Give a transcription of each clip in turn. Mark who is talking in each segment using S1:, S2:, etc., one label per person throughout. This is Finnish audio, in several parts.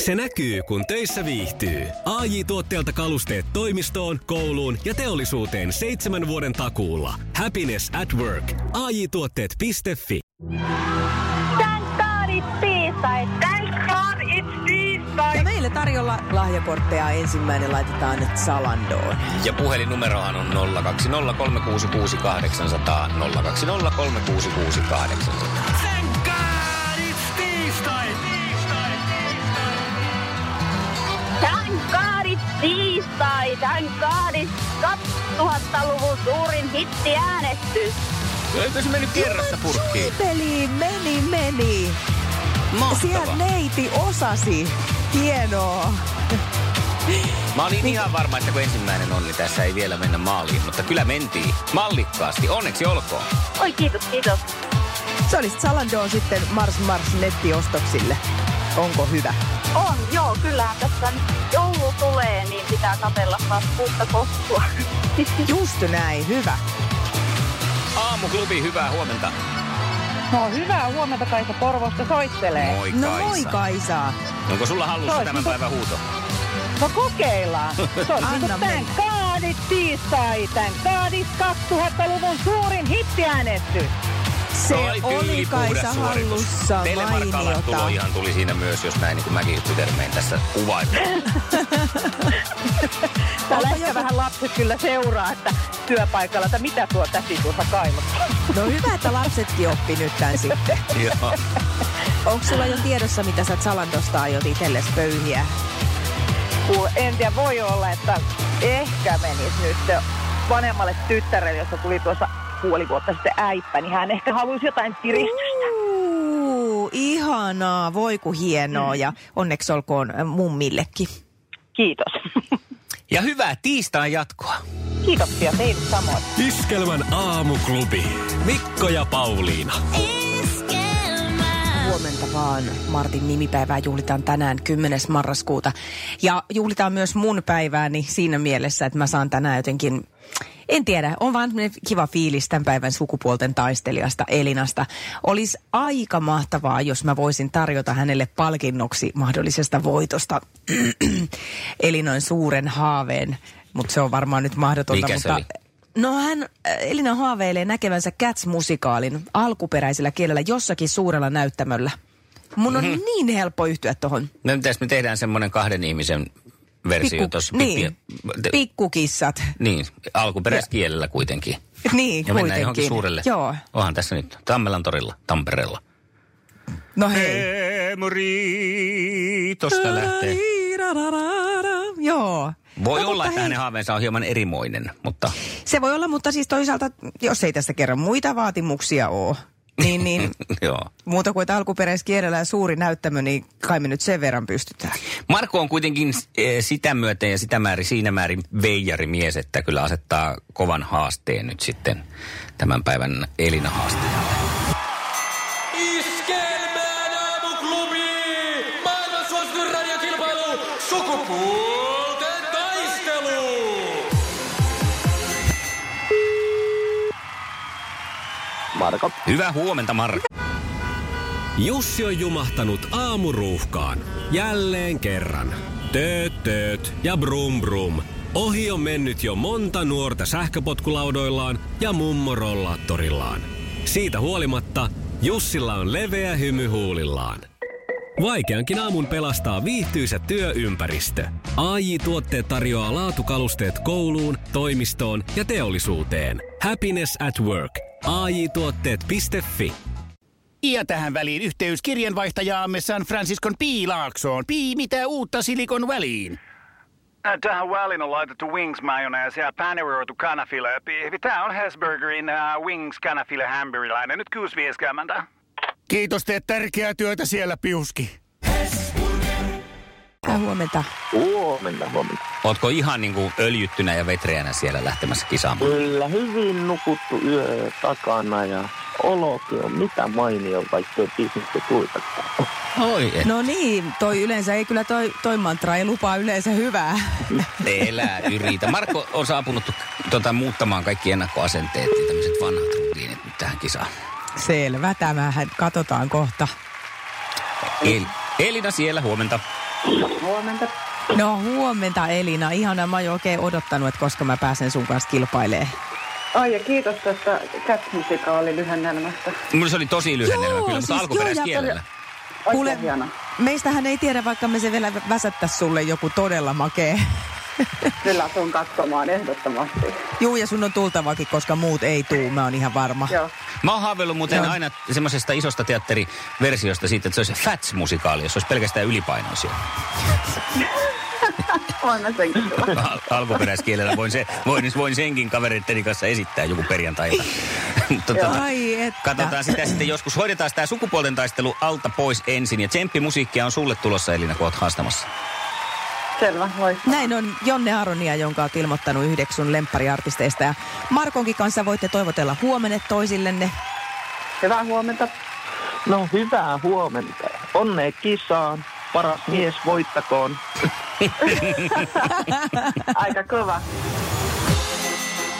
S1: Se näkyy, kun töissä viihtyy. ai tuotteelta kalusteet toimistoon, kouluun ja teollisuuteen seitsemän vuoden takuulla. Happiness at work. ai tuotteetfi
S2: Thank God it's tiistai. Thank God it's tiistai.
S3: Ja meille tarjolla lahjakortteja ensimmäinen laitetaan nyt Salandoon.
S4: Ja puhelinnumerohan on 0203666800. 0203666800.
S2: Thank God it's tiistai. Thank God it's 2000-luvun suurin hittiäänestys.
S4: Eikö se mennyt kerrasta purkkiin?
S3: Peli meni, meni. Siellä
S4: Mahtavaa.
S3: neiti osasi. Hienoa.
S4: Mä olin ihan varma, että kun ensimmäinen on, niin tässä ei vielä mennä maaliin. Mutta kyllä mentiin mallikkaasti. Onneksi olkoon.
S2: Oi kiitos, kiitos.
S3: Se oli sit Salandoon sitten Mars Mars nettiostoksille. Onko hyvä?
S2: On, joo, kyllähän tässä nyt joulu tulee, niin pitää katella taas uutta kossua.
S3: Just näin, hyvä.
S4: Aamuklubi, hyvää huomenta.
S5: No hyvää huomenta Kaisa Porvosta soittelee.
S4: Moi
S3: No niinku moi
S4: Kaisa.
S3: Kaisaa.
S4: Onko sulla hallussa
S5: Toi.
S4: tämän päivän huuto?
S5: No kokeillaan. Se on
S3: Anna
S5: niinku tän
S3: mennä.
S5: kaadit tiistai, tän kaadit 2000-luvun suurin hittiäänestys.
S3: Se oli Kaisa
S4: puhdas suoritus.
S3: hallussa
S4: Telemarkkalat tulo
S3: mainiota.
S4: ihan tuli siinä myös, jos näin niin kuin mäkin termein tässä kuvailin.
S5: Täällä
S3: Onko
S5: ehkä
S3: joku-
S5: vähän lapset kyllä seuraa, että työpaikalla, että mitä tuo täti tuossa kaivottaa.
S3: No hyvä, että lapsetkin oppi nyt tän sitten.
S4: Joo.
S3: Onko sulla jo tiedossa, mitä sä Salandosta aiot itsellesi pöyhiä?
S5: Kuule, En tiedä, voi olla, että ehkä menis nyt se vanhemmalle tyttärelle, josta tuli tuossa puoli vuotta sitten äippä, niin hän ehkä haluaisi jotain kiristystä.
S3: Uu, ihanaa, voi ku
S5: Mm.
S3: hienoa ja onneksi olkoon äh, mummillekin.
S5: Kiitos.
S4: Ja hyvää tiistain jatkoa.
S5: Kiitoksia teille samoin.
S1: Iskelmän aamuklubi. Mikko ja Pauliina.
S3: Huomenta vaan. Martin nimipäivää juhlitaan tänään 10. marraskuuta. Ja juhlitaan myös mun päivääni siinä mielessä, että mä saan tänään jotenkin... En tiedä, on vaan semmoinen kiva fiilis tämän päivän sukupuolten taistelijasta Elinasta. Olisi aika mahtavaa, jos mä voisin tarjota hänelle palkinnoksi mahdollisesta voitosta Elinoin suuren haaveen, mutta se on varmaan nyt mahdotonta.
S4: Mikä se
S3: mutta...
S4: oli?
S3: No hän, äh, Elina haaveilee näkevänsä Cats-musikaalin alkuperäisellä kielellä jossakin suurella näyttämöllä. Mun on mm-hmm. niin helppo yhtyä tuohon.
S4: No mitäs me tehdään semmoinen kahden ihmisen versio tuossa?
S3: niin,
S4: Te-
S3: pikkukissat.
S4: niin, alkuperäiskielellä kuitenkin.
S3: Niin,
S4: Ja mennään johonkin
S3: kuitenkin.
S4: suurelle.
S3: Joo.
S4: Onhan tässä nyt Tammelan torilla, Tampereella.
S3: No hei.
S4: Emri, tosta lähtee.
S3: Ra-ra-ra-ra. Joo.
S4: Voi
S3: no,
S4: olla,
S3: mutta
S4: että
S3: hei.
S4: hänen haaveensa on hieman erimoinen, mutta
S3: Se voi olla, mutta siis toisaalta, jos ei tästä kerran muita vaatimuksia ole, niin, niin
S4: joo.
S3: muuta kuin että alkuperäiskielellä ja suuri näyttämö, niin kai me nyt sen verran pystytään.
S4: Marko on kuitenkin eh, sitä myöten ja sitä määrin, siinä määrin veijarimies, että kyllä asettaa kovan haasteen nyt sitten tämän päivän Elina haastajalle.
S6: Iskelmään aamuklubi! Maailman suosituin radiokilpailu! Sukupuolten taistelu!
S5: Marko.
S4: Hyvää huomenta, Marko.
S1: Jussi on jumahtanut aamuruuhkaan. Jälleen kerran. Tööt, tööt ja brum brum. Ohi on mennyt jo monta nuorta sähköpotkulaudoillaan ja mummorollaattorillaan. Siitä huolimatta Jussilla on leveä hymy huulillaan. Vaikeankin aamun pelastaa viihtyisä työympäristö. AJ Tuotteet tarjoaa laatukalusteet kouluun, toimistoon ja teollisuuteen. Happiness at work. AJ-tuotteet.fi
S7: Ja tähän väliin yhteys kirjanvaihtajaamme San Franciscon P. Laaksoon. Pii, mitä uutta Silikon väliin?
S8: Ä, Äh, Tähän väliin on laitettu wings mayonnaise ja paneroitu kanafila. Tämä on Hesburgerin uh, wings kanafila hamburilainen. Nyt 6.50.
S7: Kiitos, teet tärkeää työtä siellä, Piuski.
S3: Hyvää huomenta.
S9: Huomenna, huomenna.
S4: Ootko ihan niin kuin öljyttynä ja vetreänä siellä lähtemässä kisaamaan?
S9: Kyllä, hyvin nukuttu yö takana ja olokin on mitä mainio, vaikka ei bisnestä kuitenkaan.
S4: Oi, et.
S3: No niin, toi yleensä ei kyllä toi, toi mantra ei lupaa yleensä hyvää.
S4: Elä yritä. Marko on saapunut tu- tota, muuttamaan kaikki ennakkoasenteet ja tämmöiset vanhat rutiinit nyt tähän kisaan.
S3: Selvä, tämähän katsotaan kohta.
S4: El- Elina siellä, huomenta.
S2: Huomenta.
S3: No huomenta Elina. Ihana, mä oon jo oikein odottanut, että koska mä pääsen sun kanssa kilpailemaan.
S2: Ai ja kiitos tästä catch-musiikkaa oli lyhennelmästä.
S4: Mun se oli tosi lyhennelmä
S3: Joo,
S4: kyllä, mutta
S3: siis joo,
S4: alkuperäiskielellä.
S3: ja
S2: Oikein
S3: Kuule-
S2: hieno.
S3: Meistähän ei tiedä, vaikka me se vielä väsättäisi sulle joku todella makee.
S2: Kyllä tuun katsomaan ehdottomasti.
S3: Juu, ja sun on tultavakin, koska muut ei tuu, mä oon ihan varma.
S2: Joo.
S4: Mä oon haaveillut muuten
S3: Joo.
S4: aina semmoisesta isosta teatteriversiosta siitä, että se olisi Fats-musikaali, jos olisi pelkästään ylipainoisia.
S2: Voin mä senkin tulla.
S4: Al- alkuperäiskielellä voin, se, voin, voin senkin kavereitteni kanssa esittää joku perjantai. Mutta tota,
S3: Ai että.
S4: katsotaan sitä sitten joskus. Hoidetaan tämä sukupuolten taistelu alta pois ensin. Ja tsemppimusiikkia on sulle tulossa, Elina, kun oot haastamassa.
S2: Selvä, loistavaa.
S3: Näin on Jonne Aronia, jonka olet ilmoittanut yhdeksi sun lemppariartisteista. Ja Markonkin kanssa voitte toivotella huomenet toisillenne.
S2: Hyvää huomenta.
S9: No hyvää huomenta. Onnea kisaan. Paras mies voittakoon.
S2: Aika kova.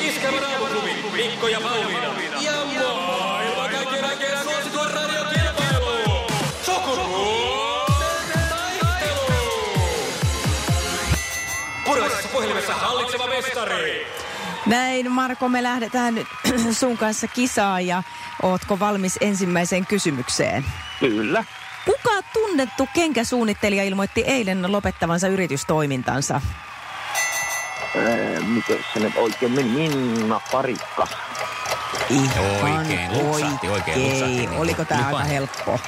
S6: Iskävä raamuklubi, Mikko ja Pauliina. Ja maailman kaikkien aikeen suosituen radiokilpailu. Sukupuolten taistelu. Puraisessa puhelimessa hallitseva mestari.
S3: Näin Marko, me lähdetään nyt sun kanssa kisaan ja ootko valmis ensimmäiseen kysymykseen?
S9: Kyllä.
S3: Kuka tunnettu kenkäsuunnittelija ilmoitti eilen lopettavansa yritystoimintansa?
S9: Öö, miten se nyt oikein meni? Minna Parikka.
S3: Ihan
S4: Oikein, luksahti, oikein luksahti, niin kuin
S3: Oliko tämä aika
S4: lupaili.
S3: helppo?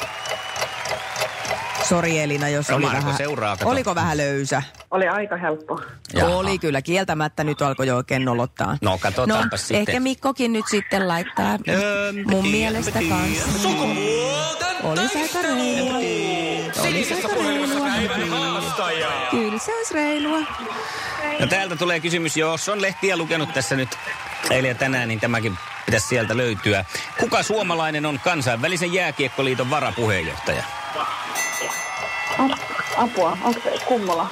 S3: Sori Elina, jos
S4: No,
S3: oli
S4: Marko,
S3: vähän,
S4: seuraa, kato.
S3: oliko vähän löysä?
S2: Oli aika helppo.
S4: Jaha.
S3: Oli kyllä, kieltämättä nyt alkoi jo oikein nolottaa.
S4: No, katsotaanpa sitten.
S3: Ehkä Mikkokin nyt sitten laittaa
S4: Öö, mä
S3: mun
S4: tiedän,
S3: mielestä
S4: mä tiedän.
S3: kanssa.
S6: Sukupuolten
S3: Olisi aika
S6: taistelu.
S3: reilua. Olisi
S6: Sinisessä
S3: aika
S6: puhelimessa
S3: reilua.
S6: päivän haastaja.
S3: Kyllä se olisi reilua.
S4: No täältä tulee kysymys, jos on lehtiä lukenut tässä nyt eilen ja tänään, niin tämäkin pitäisi sieltä löytyä. Kuka suomalainen on kansainvälisen jääkiekkoliiton varapuheenjohtaja?
S2: Apua, onko se kummola?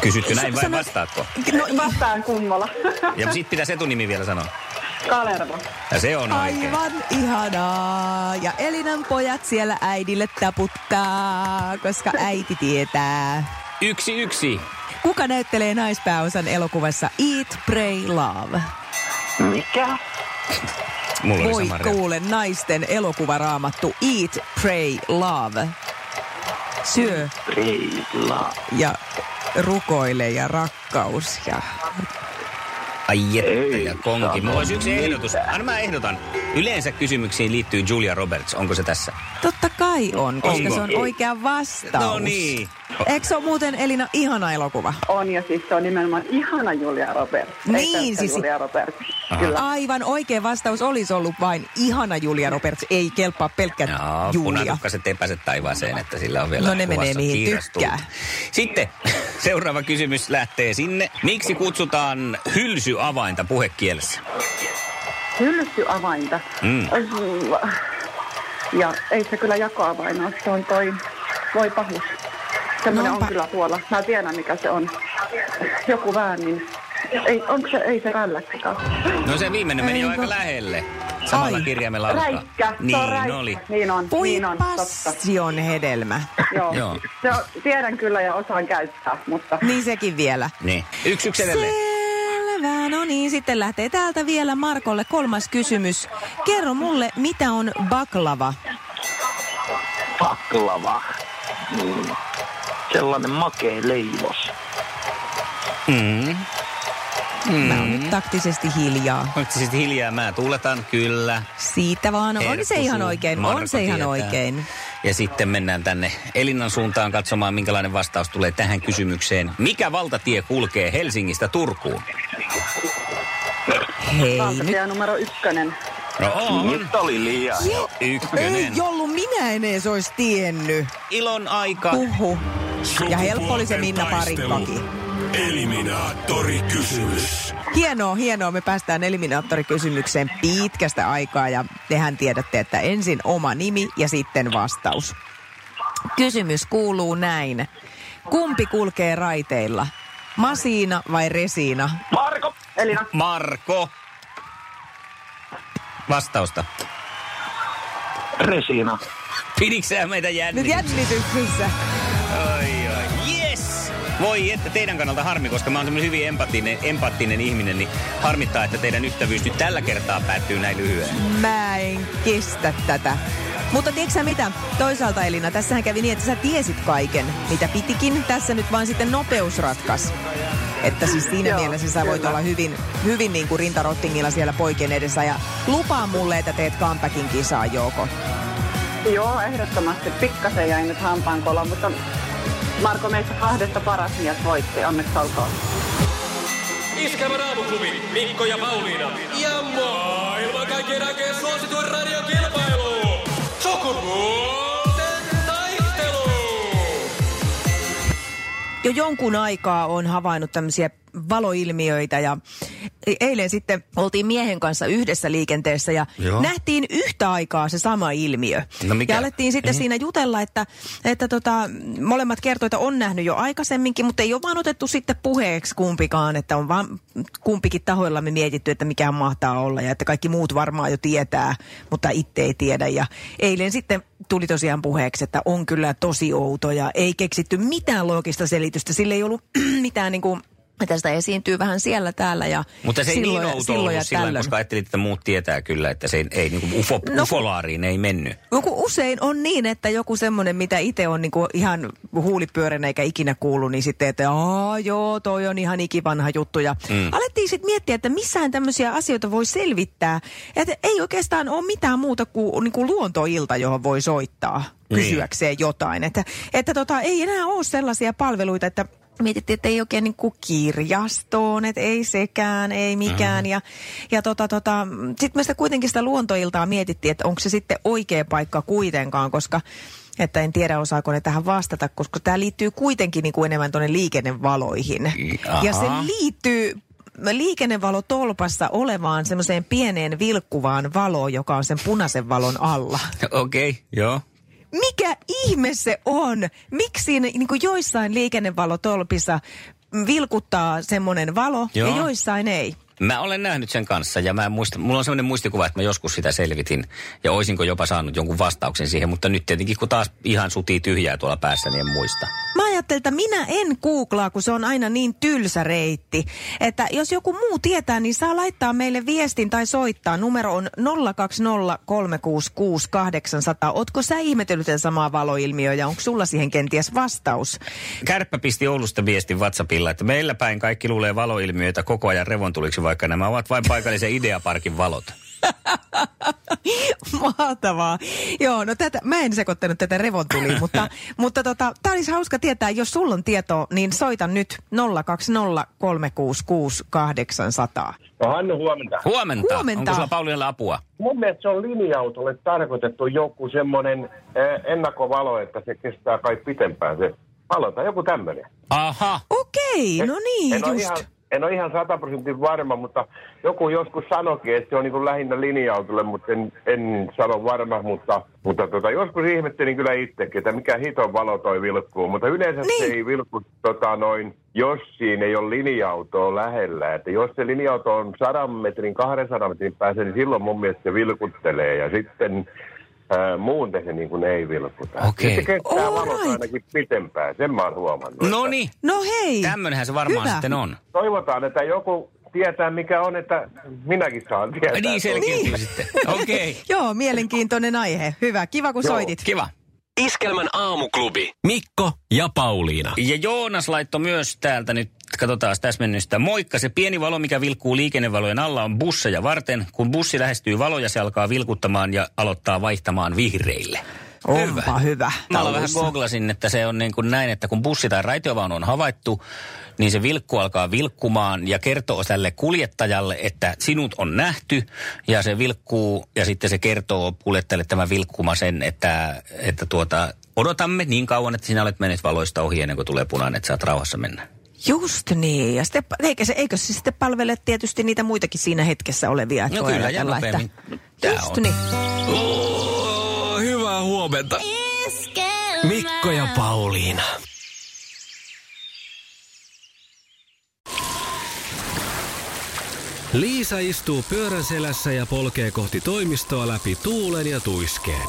S4: Kysytkö näin
S3: Sa-
S4: vai
S3: sano-
S4: vastaatko?
S3: No,
S2: Vastaan kummola.
S4: Ja sit pitäisi etunimi vielä sanoa.
S2: Kalervo.
S4: Ja se on oikein.
S3: Aivan ihanaa. Ja Elinan pojat siellä äidille taputtaa, koska äiti tietää.
S4: Yksi yksi.
S3: Kuka näyttelee naispääosan elokuvassa Eat, Pray, Love?
S9: Mikä?
S4: Mulla oli
S3: Voi
S4: sama reaktio.
S3: kuule naisten elokuvaraamattu Eat, Pray, Love. Syö
S9: Reila.
S3: ja rukoile ja rakkaus. Ja...
S4: Ai että
S9: Ei
S4: ja konki. Mulla
S9: sano
S4: olisi yksi
S9: mitään.
S4: ehdotus. Anna mä ehdotan. Yleensä kysymyksiin liittyy Julia Roberts. Onko se tässä?
S3: Totta kai on, koska
S4: Onko?
S3: se on oikea vastaus.
S4: No niin.
S3: Eikö se ole muuten Elina ihana elokuva?
S2: On ja siis se on nimenomaan ihana Julia Roberts.
S3: Niin,
S2: Ei pelkkä
S3: siis-
S2: Julia Roberts. Kyllä.
S3: Aivan oikea vastaus olisi ollut vain ihana Julia Roberts, ei kelpaa pelkkä
S4: Jaa,
S3: Äh, Julia.
S4: punatukkaset ei pääse taivaaseen, että sillä on vielä
S3: No ne menee
S4: kuvassa
S3: mihin
S4: kiirastulta.
S3: tykkää.
S4: Sitten seuraava kysymys lähtee sinne. Miksi kutsutaan hylsyavainta puhekielessä?
S2: Hylsy-avainta.
S4: Mm.
S2: Ja ei se kyllä jakoavain ole, se on toi, voi pahus. Semmoinen
S3: No onpa.
S2: on kyllä tuolla. Mä tiedän mikä se on. Joku vähän, niin ei, onko se, ei se rälläksikään.
S4: No se viimeinen meni jo
S3: Eikö?
S4: aika lähelle. Samalla
S3: Ai.
S4: kirjaimella alkaa.
S2: Räikkä, se on
S4: Niin
S2: räikkä.
S4: oli.
S2: Niin on,
S3: Voi
S2: niin on, totta.
S3: passion hedelmä.
S2: Joo.
S4: Joo.
S2: Se on, tiedän kyllä ja osaan käyttää, mutta
S3: Niin sekin vielä.
S4: Niin. Yksi yksi edelleen.
S3: Selvä, no niin, sitten lähtee täältä vielä Markolle kolmas kysymys. Kerro mulle, mitä on baklava?
S9: Paklava. Mm. Sellainen makea leivos.
S4: Mm.
S3: Mä oon nyt taktisesti hiljaa.
S4: Oletko sitten hiljaa? Mä tuuletan. Kyllä.
S3: Siitä vaan, on No, se
S4: Herkku
S3: ihan
S4: suu.
S3: oikein,
S4: Marko
S3: on se ihan
S4: tietää.
S3: oikein.
S4: Ja sitten mennään tänne Elinan suuntaan katsomaan, minkälainen vastaus tulee tähän kysymykseen. Mikä valtatie kulkee Helsingistä Turkuun?
S3: Hei, nyt
S2: valtatie numero ykkönen.
S4: No on.
S9: Nyt oli liian.
S3: Je-
S4: Ykkönen.
S3: Ei ollut, minä en edes olisi tiennyt.
S4: Ilon aika.
S3: Huhu. Ja helppo oli se
S6: Sukupuolten
S3: Minna
S6: taistelu.
S3: Parikkakin.
S6: Eliminaattori kysymys.
S3: Hienoa, hienoa. Me päästään eliminaattorikysymykseen pitkästä aikaa ja tehän tiedätte, että ensin oma nimi ja sitten vastaus. Kysymys kuuluu näin. Kumpi kulkee raiteilla? Masiina vai Resiina?
S9: Marko!
S2: Elina,
S4: Marko. Vastausta.
S9: Resina.
S4: Pidiksää meitä
S3: Nyt
S4: jännitys?
S3: jännityksessä.
S4: Ai, ai. Voi että teidän kannalta harmi, koska mä oon semmoinen hyvin empatinen, empaattinen ihminen, niin harmittaa, että teidän ystävyys nyt tällä kertaa päättyy näin lyhyen.
S3: Mä en kestä tätä. Mutta tiedätkö sä mitä? Toisaalta Elina, tässähän kävi niin, että sä tiesit kaiken, mitä pitikin. Tässä nyt vaan sitten nopeus ratkas. Että siis siinä
S10: Joo,
S3: mielessä sä voit
S10: kyllä.
S3: olla hyvin, hyvin niin kuin rintarottingilla siellä poikien edessä ja lupaa mulle, että teet comebackin kisaa, Jouko.
S2: Joo, ehdottomasti. Pikkasen jäi nyt hampaankolla, mutta Marko meistä kahdesta paras mies voitti. Onneksi olkoon.
S11: Iskävä raamuklubi, Mikko ja Pauliina. Ja maailman kaikkien aikeen suosituen radiokilpailu. Sukupuolten taistelu.
S3: jo jonkun aikaa on havainnut tämmöisiä valoilmiöitä ja e- eilen sitten oltiin miehen kanssa yhdessä liikenteessä ja
S4: Joo.
S3: Joo. nähtiin yhtä aikaa se sama ilmiö.
S4: No mikä?
S3: Ja alettiin sitten
S4: Mhm.
S3: siinä jutella, että, että tota, molemmat kertoi, että on nähnyt jo aikaisemminkin, mutta ei ole vaan otettu sitten puheeksi kumpikaan, että on vaan kumpikin tahoilla me mietitty, että mikä mahtaa olla ja että kaikki muut varmaan jo tietää, mutta itse ei tiedä. Ja eilen sitten tuli tosiaan puheeksi, että on kyllä tosi outo ja ei keksitty mitään loogista selitystä. Sille ei ollut mitään niin kuin, tästä esiintyy vähän siellä täällä ja
S4: Mutta se ei
S3: silloin,
S4: niin
S3: ja-
S4: outo
S3: silloin
S4: ollut
S3: ja
S4: sillä
S3: tällöin.
S4: koska ajattelin, että muut tietää kyllä, että se ei, ei niin kuin ufo,
S3: No-
S4: ufolaariin ei mennyt.
S3: Joku usein on niin, että joku semmoinen, mitä itse on niinku ihan huulipyöränä eikä ikinä kuullut, niin sitten, että Aa, joo, toi on ihan ikivanha juttu. Ja
S4: Mm.
S3: mm. alettiin sitten miettiä, että missään tämmöisiä asioita voi selvittää. Että ei oikeastaan ole mitään muuta kuin niinku luontoilta, johon voi soittaa
S4: Niin.
S3: kysyäkseen jotain. Että, että tota, ei enää ole sellaisia palveluita, että mietittiin, että ei oikein niin kuin kirjastoon, että ei sekään, ei mikään. Ja, ja tota, tota, sitten me sitä kuitenkin sitä luontoiltaa mietittiin, että onko se sitten oikea paikka kuitenkaan, koska että en tiedä osaako ne tähän vastata, koska tämä liittyy kuitenkin niin kuin enemmän tuonne liikennevaloihin. Ja se
S4: Aha.
S3: liittyy liikennevalotolpassa olevaan semmoiseen pieneen vilkkuvaan valoon, joka on sen punaisen valon alla
S4: Okei, okay, joo.
S3: mikä ihme se on? Miksi siinä niin kuin joissain liikennevalotolpissa vilkuttaa semmoinen valo Joo.
S4: Joo.
S3: ja joissain ei?
S4: Mä olen nähnyt sen kanssa ja mä en muista, mulla on sellainen muistikuva, että mä joskus sitä selvitin ja oisinko jopa saanut jonkun vastauksen siihen, mutta nyt tietenkin kun taas ihan sutii tyhjää tuolla päässä, niin en muista.
S3: Mä ajattelin, että minä en googlaa, kun se on aina niin tylsä reitti. Että jos joku muu tietää, niin saa laittaa meille viestin tai soittaa. Numero on 020366800. Ootko sä ihmetellyt tätä samaa valoilmiöä ja onko sulla siihen kenties vastaus?
S4: Kärppä pisti Oulusta viestin WhatsAppilla, että meillä päin kaikki luulee valoilmiöitä koko ajan revontuliksi, vaikka nämä ovat vain paikallisen Ideaparkin valot.
S3: Mahtavaa. Joo, no tätä, mä en sekoittanut tätä revontuliin, mutta, mutta tota, tää olisi hauska tietää, jos sulla on tietoa, niin soita nyt 020366800.
S6: No Hannu, huomenta.
S4: Huomenta.
S3: Huomenta.
S4: Onko sulla Paulialla apua?
S6: Mun mielestä se on linja-autolle tarkoitettu joku semmoinen eh, ennakkovalo, että se kestää kai pitempään se valo tai joku tämmöinen.
S4: Aha.
S3: Okei, no niin,
S6: Eh, en ole
S3: just.
S6: ihan, en ole ihan sataprosentin varma, mutta joku joskus sanoikin, että se on niin kuin lähinnä linja-autolle, mutta en, en sano varma, mutta, mutta tota, joskus ihmettelin kyllä itsekin, että mikä hiton valo toi vilkkuu, mutta yleensä niin. se
S3: Niin.
S6: ei vilkku tota, noin, jos siinä ei ole linja-autoa lähellä, että jos se linja-auto on 100 metrin, 200 metrin päässä, niin silloin mun mielestä se vilkuttelee ja sitten ää, muuten se niin kuin ei vilkuta. Niin
S4: Okei.
S6: Se kestää
S3: All
S6: valot
S3: right.
S6: ainakin pitempään, sen mä oon huomannut.
S4: No
S6: että-
S4: niin,
S3: No hei.
S4: tämmönenhän se varmaan
S3: Hyvä.
S4: sitten on.
S6: toivotaan, että joku tietää mikä on, että minäkin saan tietää.
S4: Niin selkiytyy sitten. Okei.
S3: Joo, mielenkiintoinen aihe. Hyvä, kiva kun
S6: Joo.
S3: soitit.
S4: Kiva.
S1: Iskelmän aamuklubi. Mikko ja Pauliina.
S4: Ja Joonas laittoi myös täältä nyt, katsotaan täsmennystä. Moikka, se pieni valo, mikä vilkkuu liikennevalojen alla, on busseja varten. Kun bussi lähestyy valoja, se alkaa vilkuttamaan ja aloittaa vaihtamaan vihreille.
S3: Onpa hyvä.
S4: Mä vähän googlasin, että se on niin kuin näin, että kun bussi tai raitiovaunu on havaittu, niin se vilkku alkaa vilkkumaan ja kertoo tälle kuljettajalle, että sinut on nähty ja se vilkkuu ja sitten se kertoo kuljettajalle tämä vilkkuma sen, että, että tuota, odotamme niin kauan, että sinä olet mennyt valoista ohi ennen kuin tulee punainen, että saat rauhassa mennä.
S3: Just niin. Ja sitten, eikä, se, eikö se sitten palvele tietysti niitä muitakin siinä hetkessä olevia? että
S4: No
S3: voi
S4: kyllä, ja
S3: ajatella, että-
S4: nopeammin. Tää
S3: Just
S4: on.
S3: niin.
S1: Oh, hyvää huomenta. Mikko ja Pauliina. Liisa istuu pyörän selässä ja polkee kohti toimistoa läpi tuulen ja tuiskeen.